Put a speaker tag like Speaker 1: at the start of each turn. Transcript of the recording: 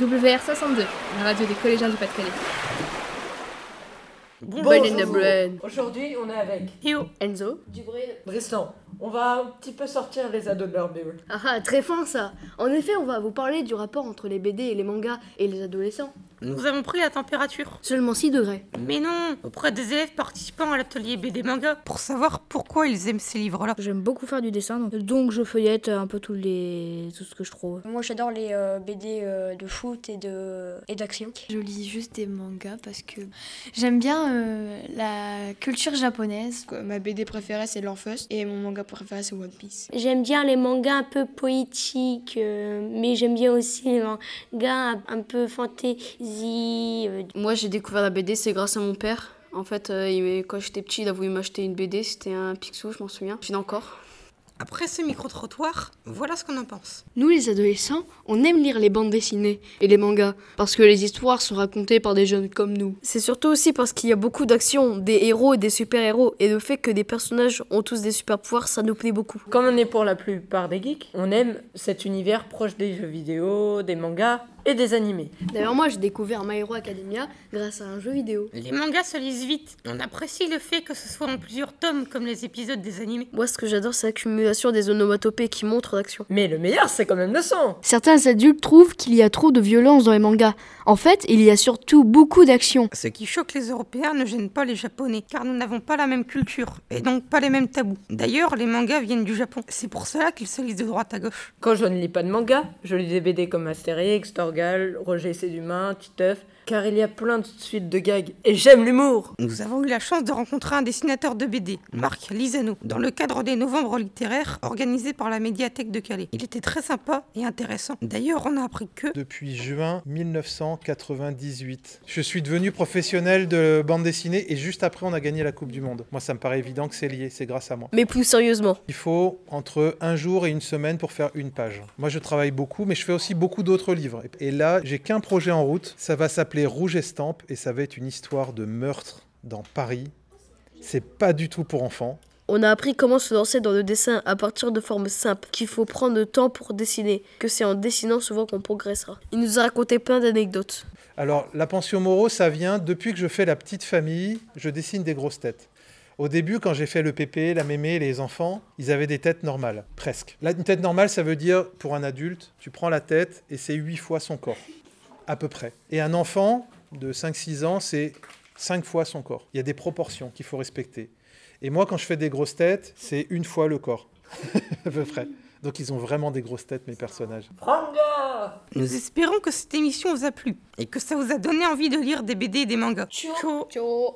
Speaker 1: WR62, la radio des collégiens du Pas-de-Calais.
Speaker 2: Bonjour,
Speaker 1: Bonne
Speaker 2: bonjour.
Speaker 1: Brun.
Speaker 2: Aujourd'hui, on est avec
Speaker 3: oh,
Speaker 1: Hio, Enzo.
Speaker 2: Bristan. On va un petit peu sortir les ados de leur bulle.
Speaker 4: Ah ah, très fin ça En effet, on va vous parler du rapport entre les BD et les mangas et les adolescents.
Speaker 3: Nous avons pris la température.
Speaker 4: Seulement 6 degrés.
Speaker 3: Mais non, auprès des élèves participant à l'atelier BD Manga, pour savoir pourquoi ils aiment ces livres-là.
Speaker 5: J'aime beaucoup faire du dessin, donc, donc je feuillette un peu tous les... tout ce que je trouve.
Speaker 6: Moi j'adore les euh, BD euh, de foot et de et d'action.
Speaker 7: Je lis juste des mangas parce que j'aime bien euh, la culture japonaise.
Speaker 8: Quoi, Ma BD préférée c'est L'Orpheus et mon manga préféré c'est One Piece.
Speaker 9: J'aime bien les mangas un peu poétiques, euh, mais j'aime bien aussi les mangas un, un peu fantasy. euh,
Speaker 10: Moi, j'ai découvert la BD, c'est grâce à mon père. En fait, euh, il m'a- quand j'étais petit, il a voulu m'acheter une BD, c'était un Picsou, je m'en souviens. J'en ai encore.
Speaker 3: Après ce micro-trottoir, voilà ce qu'on en pense.
Speaker 4: Nous, les adolescents, on aime lire les bandes dessinées et les mangas parce que les histoires sont racontées par des jeunes comme nous.
Speaker 11: C'est surtout aussi parce qu'il y a beaucoup d'actions, des héros et des super-héros, et le fait que des personnages ont tous des super-pouvoirs, ça nous plaît beaucoup.
Speaker 2: Comme on est pour la plupart des geeks, on aime cet univers proche des jeux vidéo, des mangas et des animés.
Speaker 4: D'ailleurs, moi, j'ai découvert My Hero Academia grâce à un jeu vidéo.
Speaker 3: Les mangas se lisent vite. On apprécie le fait que ce soit en plusieurs tomes comme les épisodes des animés.
Speaker 11: Moi, ce que j'adore, c'est l'accumulation des onomatopées qui montrent l'action.
Speaker 2: Mais le meilleur, c'est quand même le sang
Speaker 4: Certains adultes trouvent qu'il y a trop de violence dans les mangas. En fait, il y a surtout beaucoup d'action.
Speaker 3: Ce qui choque les Européens ne gêne pas les Japonais, car nous n'avons pas la même culture, et donc pas les mêmes tabous. D'ailleurs, les mangas viennent du Japon. C'est pour cela qu'ils se lisent de droite à gauche.
Speaker 2: Quand je ne lis pas de manga, je lis des BD comme Astérix, Torgal, Roger et ses humains, Titeuf, car il y a plein de suites de gags et j'aime l'humour
Speaker 3: Nous avons eu la chance de rencontrer un dessinateur de BD, Marc Lisano, dans le cadre des Novembres littéraires organisés par la médiathèque de Calais. Il était très sympa et intéressant. D'ailleurs, on a appris que
Speaker 12: depuis juin 1998. Je suis devenu professionnel de bande dessinée et juste après on a gagné la Coupe du Monde. Moi ça me paraît évident que c'est lié, c'est grâce à moi.
Speaker 11: Mais plus sérieusement,
Speaker 12: Il faut entre un jour et une semaine pour faire une page. Moi je travaille beaucoup mais je fais aussi beaucoup d'autres livres. Et là j'ai qu'un projet en route, ça va s'appeler Rouge Estampe et ça va être une histoire de meurtre dans Paris. C'est pas du tout pour enfants.
Speaker 11: on a appris comment se lancer dans le dessin à partir de formes simples, qu'il faut prendre le temps pour dessiner, que c'est en dessinant souvent qu'on progressera. Il nous a raconté plein d'anecdotes.
Speaker 12: Alors, la pension Moreau, ça vient depuis que je fais la petite famille, je dessine des grosses têtes. Au début, quand j'ai fait le pépé, la mémé, les enfants, ils avaient des têtes normales, presque. Là, une tête normale, ça veut dire, pour un adulte, tu prends la tête et c'est 8 fois son corps, à peu près. Et un enfant de 5-6 ans, c'est 5 fois son corps. Il y a des proportions qu'il faut respecter. Et moi, quand je fais des grosses têtes, c'est une fois le corps, à peu près. Donc, ils ont vraiment des grosses têtes, mes personnages.
Speaker 2: Franga
Speaker 3: nous espérons que cette émission vous a plu et que ça vous a donné envie de lire des BD et des mangas. Ciao.